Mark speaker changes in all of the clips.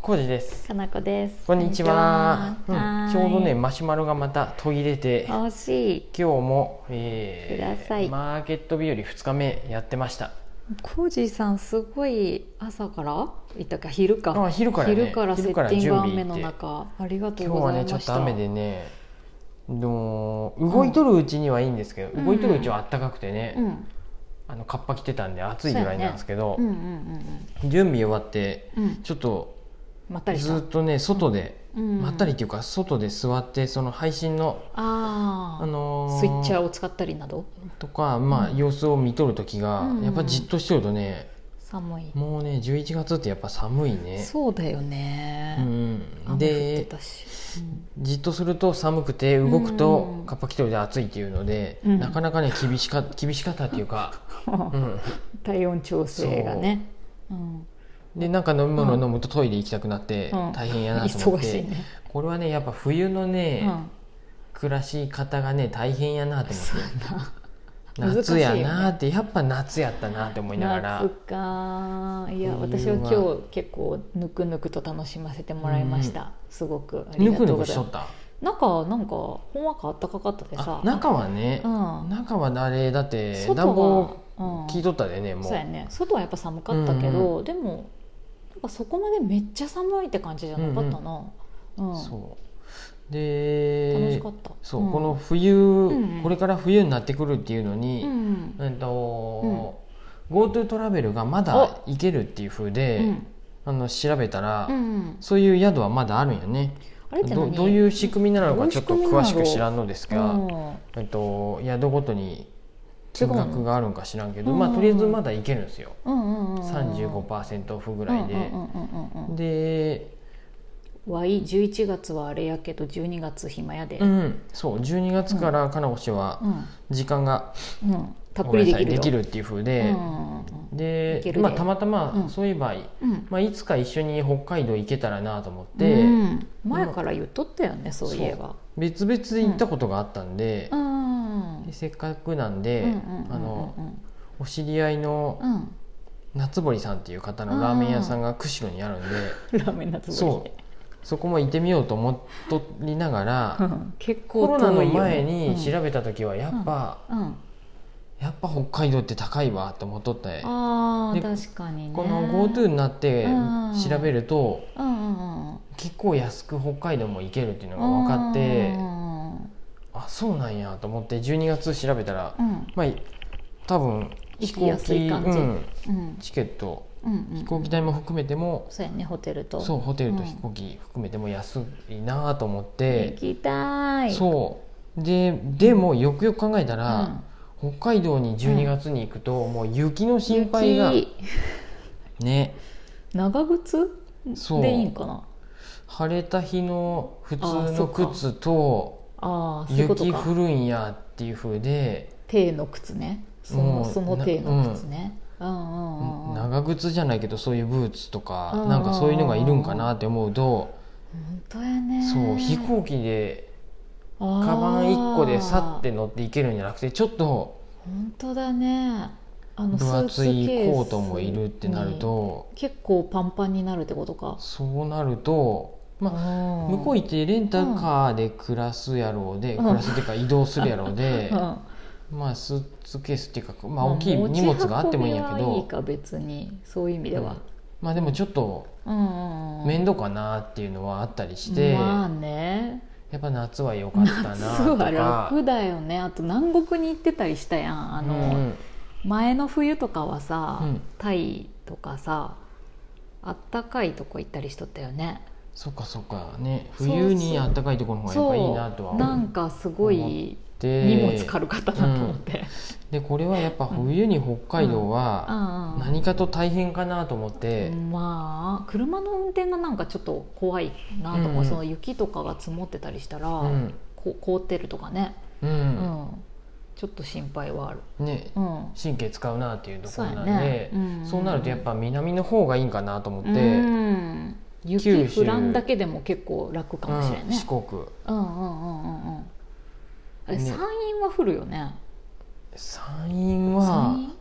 Speaker 1: コージです
Speaker 2: かなこです。
Speaker 1: こんにちは
Speaker 2: こんにちは
Speaker 1: うんちょうどね
Speaker 2: は
Speaker 1: マシュマロがまた途切れて
Speaker 2: ー
Speaker 1: 今
Speaker 2: い惜しい。
Speaker 1: 日も、えー
Speaker 2: ください
Speaker 1: マーケット日和2日目やってました
Speaker 2: コージーさんすごい朝からいったか昼か
Speaker 1: あ昼からね
Speaker 2: 昼からセ
Speaker 1: 昼
Speaker 2: ッ
Speaker 1: から
Speaker 2: ティング
Speaker 1: 準備行
Speaker 2: 雨
Speaker 1: っ
Speaker 2: の
Speaker 1: て
Speaker 2: 中ありがとう
Speaker 1: 今日
Speaker 2: ご
Speaker 1: は
Speaker 2: ざ
Speaker 1: ね
Speaker 2: い
Speaker 1: ちょ
Speaker 2: ま
Speaker 1: っ
Speaker 2: し
Speaker 1: と
Speaker 2: た。
Speaker 1: 雨でねの動いとるうちにはいいんですけど、
Speaker 2: うん
Speaker 1: 動いとるうちはあったかくてね、
Speaker 2: うん
Speaker 1: あのカッパ着てたんで暑いぐらいなんですけど、
Speaker 2: うんうんうん
Speaker 1: 準備終わって
Speaker 2: うんうん
Speaker 1: ちょっと
Speaker 2: まったりし。
Speaker 1: ずったとね外で、
Speaker 2: うん
Speaker 1: まったりっていうか外で座ってその配信の、
Speaker 2: あ
Speaker 1: あ
Speaker 2: あ
Speaker 1: の
Speaker 2: スイッチャーを使ったりなど
Speaker 1: とか、まあ、
Speaker 2: うん
Speaker 1: 様子を見とる時が、
Speaker 2: うん
Speaker 1: やっぱじっとしてるとね
Speaker 2: 寒い。
Speaker 1: もうね11月ってやっぱ寒いね
Speaker 2: そうだよ
Speaker 1: う
Speaker 2: ね。
Speaker 1: ん
Speaker 2: 雨降って
Speaker 1: で
Speaker 2: たし。うん
Speaker 1: じっとすると寒くて動くと、
Speaker 2: うん
Speaker 1: カッパ着てるで暑いっていうので、
Speaker 2: うん
Speaker 1: なかなかね厳し か厳しかったっていうか、うん、
Speaker 2: 体温調整がね。うん
Speaker 1: でなんか飲み物飲むとトイレ行きたくなって、
Speaker 2: うん
Speaker 1: 大変やなと思っ
Speaker 2: 忙
Speaker 1: て、
Speaker 2: しいね。
Speaker 1: これはねやっぱ冬のね、
Speaker 2: うん
Speaker 1: 暮らし方がね大変やなと思
Speaker 2: そう
Speaker 1: っ
Speaker 2: や
Speaker 1: て。
Speaker 2: な。 難しい
Speaker 1: 夏
Speaker 2: よ
Speaker 1: や
Speaker 2: ね
Speaker 1: なって、やっぱ夏やったなって思いながら
Speaker 2: 夏かいや
Speaker 1: 冬
Speaker 2: 私
Speaker 1: は
Speaker 2: は今日結構ぬくぬくと楽しませてもらいました、すごくあり
Speaker 1: ぬ
Speaker 2: がと
Speaker 1: く
Speaker 2: う
Speaker 1: ぬ
Speaker 2: ご
Speaker 1: く
Speaker 2: ざ
Speaker 1: し
Speaker 2: い
Speaker 1: とっ
Speaker 2: ます
Speaker 1: た
Speaker 2: 中はなんかほんわかあったかかったでさ
Speaker 1: あ中はね、
Speaker 2: うん
Speaker 1: 中はあれだって
Speaker 2: 外は
Speaker 1: 暖房
Speaker 2: うん
Speaker 1: 聞いとったでねも
Speaker 2: そうやね外はやっぱ寒かったけ
Speaker 1: うん
Speaker 2: ど、でもなんかそこまでめっちゃ寒いって感じじゃなかったな、うん
Speaker 1: そう
Speaker 2: 楽し
Speaker 1: で
Speaker 2: かった
Speaker 1: そう、
Speaker 2: ん
Speaker 1: この冬、
Speaker 2: んうん
Speaker 1: これから冬になってくるっていうの
Speaker 2: う
Speaker 1: に、
Speaker 2: ん
Speaker 1: えっと GoTo トラベルがまだ行けるっていう風
Speaker 2: う
Speaker 1: で、
Speaker 2: ん
Speaker 1: あの調べたら、
Speaker 2: うん
Speaker 1: そういう宿はまだあるんよね
Speaker 2: あれって
Speaker 1: ど
Speaker 2: 何
Speaker 1: どういう仕組みなの
Speaker 2: ど
Speaker 1: か
Speaker 2: ういう
Speaker 1: ちょっと
Speaker 2: 仕組みな
Speaker 1: 詳
Speaker 2: の
Speaker 1: しく知らんのですが、
Speaker 2: うん
Speaker 1: えっと、宿ごとに金額があるんか知らんけど、
Speaker 2: 違うの
Speaker 1: まあ、
Speaker 2: うん
Speaker 1: とりあえずまだ行けるんですよ、
Speaker 2: うんうんうん、
Speaker 1: 35%オフぐらいで。
Speaker 2: うんうんうんうんうんうん
Speaker 1: で、
Speaker 2: わい11月はあれやけど12月暇やで、
Speaker 1: う
Speaker 2: うん
Speaker 1: ん、そう12月からかなこ氏は時間が、
Speaker 2: うんたっ
Speaker 1: ご
Speaker 2: ぷ
Speaker 1: め
Speaker 2: り
Speaker 1: んな
Speaker 2: で
Speaker 1: さい
Speaker 2: きるよ
Speaker 1: できるっていう風で
Speaker 2: う、んい
Speaker 1: で
Speaker 2: ける
Speaker 1: ま
Speaker 2: で
Speaker 1: あ、たまたま
Speaker 2: うん
Speaker 1: そういえば、
Speaker 2: うん
Speaker 1: まあ、いつか一緒に北海道行けたらなと思っ
Speaker 2: うん
Speaker 1: て、
Speaker 2: うん前から言っとったよねそういえば
Speaker 1: 別々で行ったことがあったんで,、
Speaker 2: うん
Speaker 1: でせっかくなんで、
Speaker 2: うんうんうんうん
Speaker 1: あのお知り合いの
Speaker 2: うん
Speaker 1: 夏堀さんっていう方のラーメン屋さんが釧路にあるんで、
Speaker 2: ラーメン夏
Speaker 1: そ
Speaker 2: 盛
Speaker 1: うそこも行ってみようと思っとりながら、
Speaker 2: りうん結
Speaker 1: コロ
Speaker 2: 構遠
Speaker 1: ナ
Speaker 2: い
Speaker 1: の
Speaker 2: よね
Speaker 1: 前に
Speaker 2: うん
Speaker 1: 調べた時はやっぱ、
Speaker 2: うん
Speaker 1: やっぱ北海道って高いわと思っとって
Speaker 2: あ
Speaker 1: で
Speaker 2: ー確かにね
Speaker 1: この GoTo になって
Speaker 2: うん
Speaker 1: 調べると
Speaker 2: うんうんうん
Speaker 1: 結構安く北海道も行けるっていうのが分かって
Speaker 2: うん
Speaker 1: あそうなんやと思って12月調べたら
Speaker 2: うん
Speaker 1: まあ多分飛行
Speaker 2: 行きやす
Speaker 1: 機
Speaker 2: い感じ
Speaker 1: うん
Speaker 2: うん
Speaker 1: チケット
Speaker 2: うん
Speaker 1: 飛行機代も含めても
Speaker 2: そうやねホテルと
Speaker 1: そうホテルと
Speaker 2: うん
Speaker 1: 飛行機含めても安いなと思っ
Speaker 2: 行
Speaker 1: て
Speaker 2: きたい
Speaker 1: そうででもよくよく考えたら、
Speaker 2: うん
Speaker 1: 北海道に12月に行くと、もう雪の心配が
Speaker 2: 雪
Speaker 1: ね
Speaker 2: 長靴
Speaker 1: そう
Speaker 2: でいいんかな
Speaker 1: 晴れた日の普通
Speaker 2: あーそ
Speaker 1: の
Speaker 2: っか
Speaker 1: 靴と
Speaker 2: ああそういうこと
Speaker 1: 雪
Speaker 2: か
Speaker 1: 降るんやっていう風で
Speaker 2: 手の靴ねそ
Speaker 1: も
Speaker 2: の
Speaker 1: う
Speaker 2: その手の靴ねうんうんうんうん本
Speaker 1: 長靴じゃないけどそういうブーツとか
Speaker 2: うん
Speaker 1: なんかそういうのがいるんかなって思うと
Speaker 2: 当やね
Speaker 1: そう飛行機でカバン1個でさって乗っていけるんじゃなくてちょっと
Speaker 2: 本当だねあの
Speaker 1: 分厚い
Speaker 2: スーツケース
Speaker 1: コートもいるってなると
Speaker 2: に結構パンパンになるってことか
Speaker 1: そうなるとまあ
Speaker 2: あ
Speaker 1: 向こう行ってレンタカーで暮らすやろうで、
Speaker 2: うん
Speaker 1: 暮らすっていうか移動するやろうで、
Speaker 2: うん
Speaker 1: まあスーツケースっていうか、まあ、大きい荷物があってもいいんやけ
Speaker 2: 持ち運びはい
Speaker 1: ど
Speaker 2: いか別にそういう意味では
Speaker 1: まあでもちょっと
Speaker 2: うんうん
Speaker 1: 面倒かなっていうのはあったりして、
Speaker 2: まあね
Speaker 1: やっぱ夏は良かった
Speaker 2: す
Speaker 1: な
Speaker 2: ご
Speaker 1: と
Speaker 2: い
Speaker 1: か。
Speaker 2: 楽だよねあと南国に行ってたりしたやんあの、
Speaker 1: うん
Speaker 2: 前の冬とかはさ、
Speaker 1: うん
Speaker 2: タイとかさあったかいとこ行ったりしとったよね
Speaker 1: そっかそっかね
Speaker 2: そうそう
Speaker 1: 冬に暖かいところの方がやっぱいいなとは
Speaker 2: な
Speaker 1: 思
Speaker 2: ん
Speaker 1: っ
Speaker 2: かすごい
Speaker 1: て
Speaker 2: 荷物軽かったなと思って、
Speaker 1: でこれはやっぱ冬に北海道
Speaker 2: うん
Speaker 1: は
Speaker 2: うん
Speaker 1: 何かと大変かなと思って、
Speaker 2: まあ車の運転がなんかちょっと怖いなとか、
Speaker 1: うんうん
Speaker 2: その雪とかが積もってたりしたら、
Speaker 1: うん
Speaker 2: こ凍ってるとかね、
Speaker 1: う
Speaker 2: うん
Speaker 1: ん
Speaker 2: ちょっと心配はある、
Speaker 1: ね
Speaker 2: うん、
Speaker 1: 神経使うなっていうとこ
Speaker 2: そ
Speaker 1: ろ
Speaker 2: う
Speaker 1: な
Speaker 2: や
Speaker 1: んで
Speaker 2: ね、うん
Speaker 1: そうなるとやっぱ南の方がいいんかなと思って、
Speaker 2: うん、
Speaker 1: 九
Speaker 2: 雪
Speaker 1: 州
Speaker 2: 降らんだけでも結構楽かもしれないね、
Speaker 1: うん四国
Speaker 2: うんうんうんうんうんあれ
Speaker 1: ね
Speaker 2: 山陰は降るよね
Speaker 1: 山陰は
Speaker 2: 山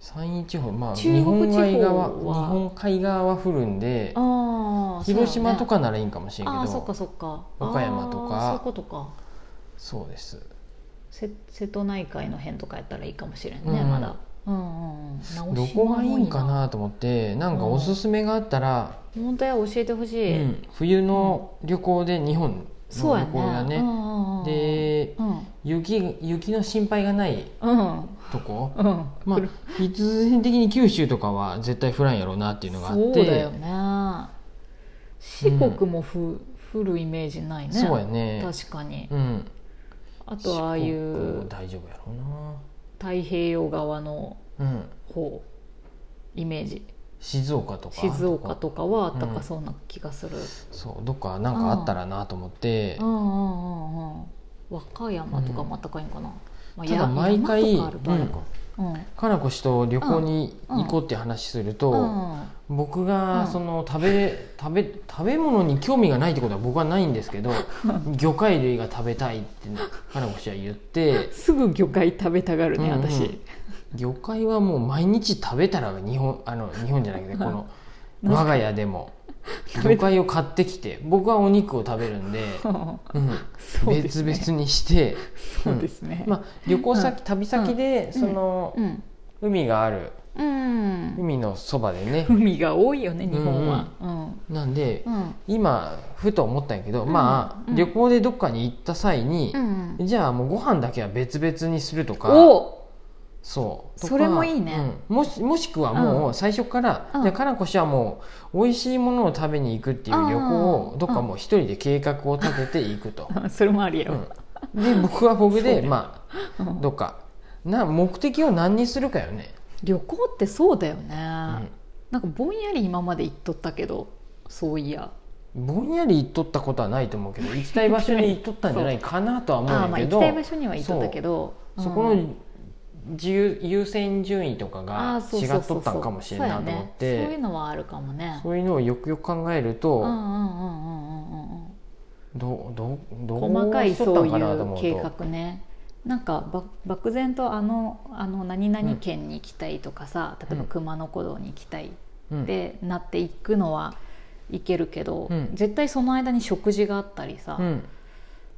Speaker 1: 山陰地方まあ
Speaker 2: 中
Speaker 1: 日
Speaker 2: 国
Speaker 1: 本海
Speaker 2: 地方
Speaker 1: 側
Speaker 2: は
Speaker 1: 日本海側は降るんで
Speaker 2: 陰あー
Speaker 1: 広島
Speaker 2: そ
Speaker 1: と
Speaker 2: う
Speaker 1: かならいいんかもしれん
Speaker 2: や
Speaker 1: けど
Speaker 2: ねあーそっかそっか
Speaker 1: 岡山とか
Speaker 2: あーそういうことか
Speaker 1: そうです
Speaker 2: せ瀬戸内海の辺とかやったらいいかもしれんね、
Speaker 1: うん
Speaker 2: まだうんうんうん
Speaker 1: ど
Speaker 2: 直
Speaker 1: こ
Speaker 2: 島
Speaker 1: がいい
Speaker 2: も
Speaker 1: んかなと思ってなんかおすすめがあったら、
Speaker 2: 本当や教えてほし
Speaker 1: う
Speaker 2: い、
Speaker 1: ん冬の旅行で日本
Speaker 2: そ
Speaker 1: の
Speaker 2: う
Speaker 1: 旅
Speaker 2: や
Speaker 1: 行だ
Speaker 2: ね
Speaker 1: ね
Speaker 2: うんうんうん
Speaker 1: で
Speaker 2: うん
Speaker 1: 雪雪の心配がない
Speaker 2: うん
Speaker 1: とこ
Speaker 2: うん
Speaker 1: まあ必然的に九州とかは絶対降らんやろうなっていうのがあって
Speaker 2: そうだよね四国もふ、降るイメージないね
Speaker 1: そうやね
Speaker 2: 確かに
Speaker 1: うん
Speaker 2: あとああい
Speaker 1: 四国も
Speaker 2: う
Speaker 1: 大丈夫やろう
Speaker 2: 太平洋側の
Speaker 1: なうん
Speaker 2: 方イメージ
Speaker 1: 静岡とか
Speaker 2: 静岡とかはあった
Speaker 1: う
Speaker 2: か
Speaker 1: ん
Speaker 2: そうな気がする、
Speaker 1: そうどっかなんかあったらなと思って
Speaker 2: うん、うんうんうん和歌山とかもあったかいんかな、まあ
Speaker 1: ただ
Speaker 2: や
Speaker 1: 毎回
Speaker 2: 山とかあるからかうん
Speaker 1: かなこ氏と旅行に行こうって話すると、
Speaker 2: うん
Speaker 1: 僕
Speaker 2: うん
Speaker 1: がその食べ食べ食べ物に興味がないってことは僕はないんですけど魚介類が食べたいってかなこ氏は言って
Speaker 2: すぐ魚介食べたがるね、
Speaker 1: うんうん
Speaker 2: 私
Speaker 1: 魚介はもう毎日食べたら日本あの日本じゃなくてこの我が家でも
Speaker 2: 食
Speaker 1: 魚
Speaker 2: べた
Speaker 1: 介を買ってきて僕はお肉を食べるんで、うん
Speaker 2: そうです
Speaker 1: 別
Speaker 2: ね
Speaker 1: 々にして、
Speaker 2: そうですね、
Speaker 1: まあ、旅行先旅先でその
Speaker 2: うん
Speaker 1: 海がある
Speaker 2: うん
Speaker 1: 海のそばでね
Speaker 2: 海が多いよね日本は
Speaker 1: なんで
Speaker 2: うんうん
Speaker 1: 今ふと思ったんやけど、ま
Speaker 2: う
Speaker 1: あ
Speaker 2: ん
Speaker 1: 旅行でどっかに行った際に
Speaker 2: う、んうん
Speaker 1: じゃあもうご飯だけは別々にするとか
Speaker 2: お
Speaker 1: そう
Speaker 2: それもいいね、
Speaker 1: うんもしもしくはもう最初から、
Speaker 2: うん
Speaker 1: じゃあかなこ氏はもう美味しいものを食べに行くっていう旅行
Speaker 2: う
Speaker 1: を
Speaker 2: ん
Speaker 1: どっかもう一人で計画を立てて行くと、
Speaker 2: それもありや
Speaker 1: う
Speaker 2: よ、
Speaker 1: んで僕は僕
Speaker 2: そう
Speaker 1: で、
Speaker 2: ね
Speaker 1: ま
Speaker 2: う
Speaker 1: あ
Speaker 2: ん
Speaker 1: どっかな目的を何にするかよね、
Speaker 2: 旅行ってそうだよね、
Speaker 1: うん
Speaker 2: なんかぼんやり今まで行っとったけどそういや
Speaker 1: ぼんやり行っとったことはないと思うけ ど行きたい場所に行っとったんじゃないかなとは思うん
Speaker 2: ああ
Speaker 1: や
Speaker 2: まあ
Speaker 1: け
Speaker 2: 行
Speaker 1: ど
Speaker 2: きたい場所には行っとったけど
Speaker 1: そうこ
Speaker 2: ん
Speaker 1: の自由優先順位とか
Speaker 2: あ
Speaker 1: が
Speaker 2: ーそう
Speaker 1: 違
Speaker 2: そう
Speaker 1: っ
Speaker 2: そう
Speaker 1: とったんかもしれんないと思っ
Speaker 2: そうやねそういう
Speaker 1: て
Speaker 2: のはあるかもね
Speaker 1: そういうのをよくよく考える
Speaker 2: うんうんう
Speaker 1: と
Speaker 2: んうんうんうん
Speaker 1: どうどうどう
Speaker 2: 細かい
Speaker 1: しとった
Speaker 2: そうん
Speaker 1: かなと
Speaker 2: い
Speaker 1: 思
Speaker 2: う
Speaker 1: う
Speaker 2: 計
Speaker 1: と
Speaker 2: 画ねなんかば漠然とあのあの何々県に行きたいとかさ、例えば
Speaker 1: うん
Speaker 2: 熊野古道に行きたい
Speaker 1: うん
Speaker 2: ってなっていくのは行けるけど、
Speaker 1: うん
Speaker 2: 絶対その間に食事があったりさ、
Speaker 1: うん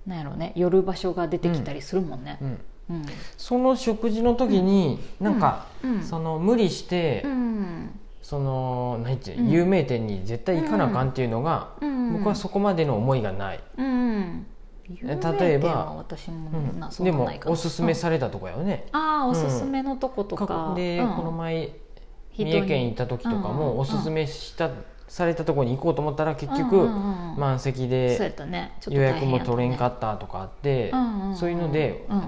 Speaker 2: なんやろね寄る場所が出てきたりするもんね
Speaker 1: う。ん
Speaker 2: うん
Speaker 1: その食事の時になんか
Speaker 2: うん
Speaker 1: その無理して
Speaker 2: うん
Speaker 1: その何て言う
Speaker 2: うん
Speaker 1: 有名店に絶対行かなあかんっていうのが
Speaker 2: うん
Speaker 1: 僕はそこまでの思いがない
Speaker 2: うん有名店は
Speaker 1: 例えば
Speaker 2: 私も
Speaker 1: うん
Speaker 2: なそん
Speaker 1: で
Speaker 2: なな
Speaker 1: も
Speaker 2: いかな
Speaker 1: おすすめされたとこやよね
Speaker 2: うんああおすすめのとことか、
Speaker 1: で
Speaker 2: うん
Speaker 1: この前
Speaker 2: 人
Speaker 1: 三
Speaker 2: に
Speaker 1: 重県行った時とか
Speaker 2: うんうん
Speaker 1: もおすすめしたされたところに行こうと思ったら結
Speaker 2: うん
Speaker 1: 局
Speaker 2: うんうんうん
Speaker 1: 満席
Speaker 2: そうや
Speaker 1: で
Speaker 2: ったねちょっと
Speaker 1: 予約も取れんか
Speaker 2: っ
Speaker 1: ったとかあって
Speaker 2: て
Speaker 1: そういうので
Speaker 2: うん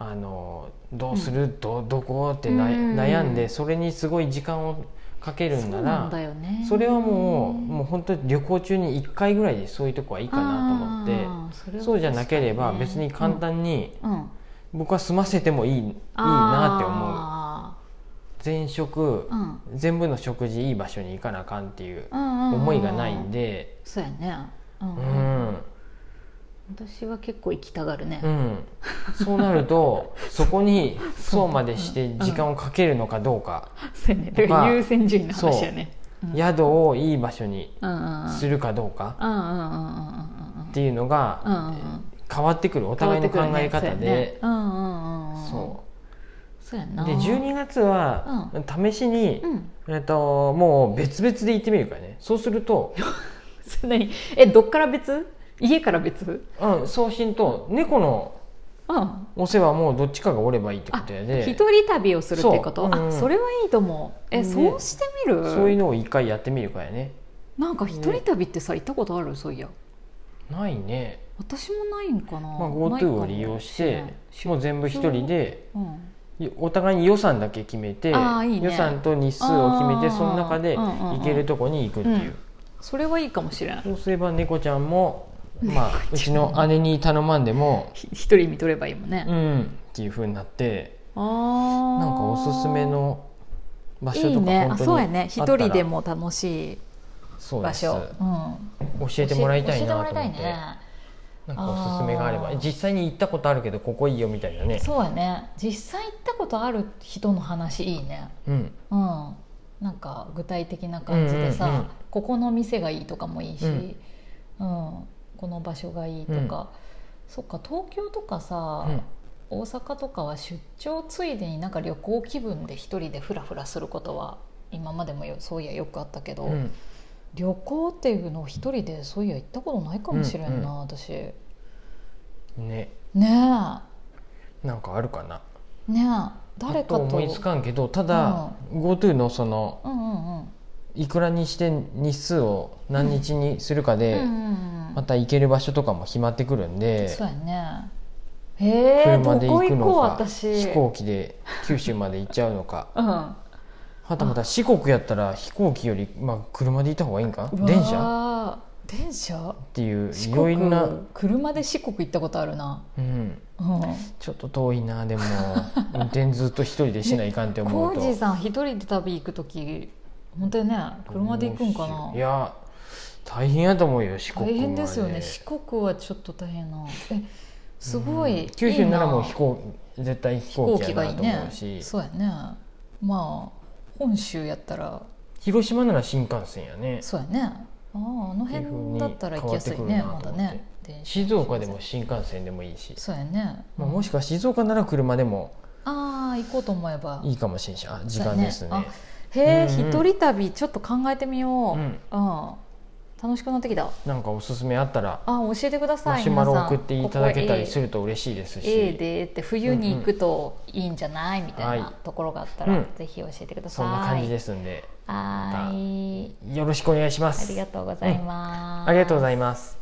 Speaker 1: あのどうするどどこってな
Speaker 2: うん
Speaker 1: 悩んでそれにすごい時間をかけるん
Speaker 2: そ
Speaker 1: な
Speaker 2: うなん
Speaker 1: ら
Speaker 2: だよね
Speaker 1: それはもうもう本当に旅行中に1回ぐらいでそういうとこはいいかなと思っ
Speaker 2: って
Speaker 1: そうじゃなければ別に簡単に僕は済ませてもいいいいなって思う前食
Speaker 2: 思う
Speaker 1: 全部の食事いい場所に行かなあかんっていう思
Speaker 2: 思
Speaker 1: いがないんで
Speaker 2: そうやねうん
Speaker 1: う
Speaker 2: うん
Speaker 1: ん、
Speaker 2: 私は結構行きたがるね
Speaker 1: うん、そうなるとそこにそうまでして時間をかけるのかどうか
Speaker 2: そうやねだから優先順位の話やねうん
Speaker 1: 宿をいい場所に
Speaker 2: うんうんうん
Speaker 1: するかどうか
Speaker 2: うんうんうんうんうん
Speaker 1: っていうの
Speaker 2: うんうん
Speaker 1: が
Speaker 2: うん
Speaker 1: 変わってくるお互いの考え方で
Speaker 2: 変わってくるね
Speaker 1: そ
Speaker 2: そうやねうんうんうんうん
Speaker 1: う
Speaker 2: そう
Speaker 1: で
Speaker 2: やな
Speaker 1: 12月は試しに
Speaker 2: うん
Speaker 1: えっともう別々で行ってみるからねそうすると
Speaker 2: それ何えどっから別家から別
Speaker 1: うん送信と猫の
Speaker 2: うん
Speaker 1: お世話もどっちかがおればいいってことやで
Speaker 2: 一人旅をするってこと
Speaker 1: そううんうん
Speaker 2: あそれはいいと思うえ
Speaker 1: ね
Speaker 2: そうしてみる
Speaker 1: そういうのを一回やってみるからね
Speaker 2: なんか一人旅ってさ行ったことあるそういや
Speaker 1: ないね、
Speaker 2: 私もないんかな、
Speaker 1: まあ、
Speaker 2: ないか
Speaker 1: GoTo
Speaker 2: も
Speaker 1: を利用し
Speaker 2: れ
Speaker 1: て
Speaker 2: ない
Speaker 1: もう全部一人で
Speaker 2: うん
Speaker 1: お互いに予算だけ決めて
Speaker 2: あーいいね
Speaker 1: 予算と日数を決め
Speaker 2: あ
Speaker 1: て
Speaker 2: ー
Speaker 1: その中で
Speaker 2: うんうんうん
Speaker 1: 行けるとこに行くっていう、
Speaker 2: うんそれはいいかもしれない
Speaker 1: そうすれば猫ちゃんも、 まあ、うちの姉に頼まんでも
Speaker 2: ひ一人見とればいいもんね、
Speaker 1: うんっていうふうになって
Speaker 2: あー
Speaker 1: なんかおすすめの場所
Speaker 2: いい
Speaker 1: とか本当にあ
Speaker 2: ねあ
Speaker 1: ったら
Speaker 2: そうやね一人でも楽しい
Speaker 1: そうで
Speaker 2: 場
Speaker 1: す
Speaker 2: 所、うん、
Speaker 1: 教えてもらいたいなと思って
Speaker 2: 教えてもらいたいね
Speaker 1: なんかおすすめがあれば
Speaker 2: あー
Speaker 1: 実際に行ったことあるけどここいいよみたいなね
Speaker 2: そうやね実際行ったことある人の話いいね
Speaker 1: うん
Speaker 2: うんなんか具体的な感じでさ、
Speaker 1: うんうんうん
Speaker 2: ここの店がいいとかもいいし、
Speaker 1: う
Speaker 2: う
Speaker 1: んん
Speaker 2: この場所がいいとか、そっか東京とかさ、
Speaker 1: うん
Speaker 2: 大阪とかは出張ついでになんか旅行気分で一人でフラフラすることは今までもよそういやよくあったけど、
Speaker 1: うん
Speaker 2: 旅行っていうのを一人でそういや行ったことないかもしれんな、
Speaker 1: う
Speaker 2: 私ね
Speaker 1: ね
Speaker 2: え
Speaker 1: なんかあるかな
Speaker 2: ねえ誰か
Speaker 1: パ
Speaker 2: と
Speaker 1: ッ思いつかんけどただ、GoTo のその
Speaker 2: うんうんうん
Speaker 1: いくらにして日数を何日にするかで、
Speaker 2: うんうんうん
Speaker 1: また行ける場所とかも決まってくるんで、
Speaker 2: そうやねへえど
Speaker 1: 車で行
Speaker 2: こ
Speaker 1: く
Speaker 2: 行
Speaker 1: の
Speaker 2: こう
Speaker 1: か
Speaker 2: 私
Speaker 1: 飛行機で九州まで行っちゃうのか
Speaker 2: うんうわ
Speaker 1: はたまた四国やったら飛行機より、まあ、車で行った方がいいんか
Speaker 2: ー
Speaker 1: 電車
Speaker 2: 電車
Speaker 1: っていう
Speaker 2: 四
Speaker 1: いろ
Speaker 2: 国
Speaker 1: いろな、
Speaker 2: 車で四国行ったことあるな、
Speaker 1: うん、
Speaker 2: うん、
Speaker 1: ちょっと遠いなでも運転ずっと一人でしないかんって思
Speaker 2: コ
Speaker 1: うと
Speaker 2: ージーさん一人で旅行く時本当にね車で行くん
Speaker 1: ど
Speaker 2: か
Speaker 1: うしよ
Speaker 2: な
Speaker 1: ういや大変やと思うよ四国ま
Speaker 2: 大
Speaker 1: で
Speaker 2: 変ですよね四国はちょっと大変なえすごい、いい
Speaker 1: うん九州ならもう飛
Speaker 2: 飛
Speaker 1: 行絶対飛行
Speaker 2: 行
Speaker 1: 機
Speaker 2: 機
Speaker 1: や
Speaker 2: が
Speaker 1: ない
Speaker 2: い
Speaker 1: と
Speaker 2: ね
Speaker 1: 思うし
Speaker 2: そうやねまあ本州やったら
Speaker 1: 広島なら新幹線やね
Speaker 2: そうやねあああの辺だったら行きやすい
Speaker 1: っていう風
Speaker 2: ね
Speaker 1: に変わ
Speaker 2: ま
Speaker 1: ってく
Speaker 2: だ
Speaker 1: るなと思って
Speaker 2: ね電車
Speaker 1: 静岡でも新幹線でもいいし、
Speaker 2: そうやね、
Speaker 1: まあ、もしくは静岡なら車でも
Speaker 2: ああ行こうと思えば
Speaker 1: いいかもしれんしあ時間ですね
Speaker 2: そうやねへえ、
Speaker 1: うんうん
Speaker 2: 一人旅ちょっと考えてみよ
Speaker 1: う
Speaker 2: う、うん
Speaker 1: ん、
Speaker 2: 楽しくなってきた
Speaker 1: なんかおすすめあったら
Speaker 2: あ教えてください
Speaker 1: マシュマロ
Speaker 2: 皆さん
Speaker 1: 送っていただけたりす
Speaker 2: ここ
Speaker 1: ると嬉しいですし
Speaker 2: A, A でって冬に行くといいんじゃない、みたい
Speaker 1: は
Speaker 2: ないところがあったら、
Speaker 1: うん
Speaker 2: ぜひ教えてくださ
Speaker 1: そ
Speaker 2: い
Speaker 1: んな感じですんで
Speaker 2: はーい
Speaker 1: よろしくお願いしま
Speaker 2: あ
Speaker 1: す
Speaker 2: りがとうございます、
Speaker 1: ありがとうございます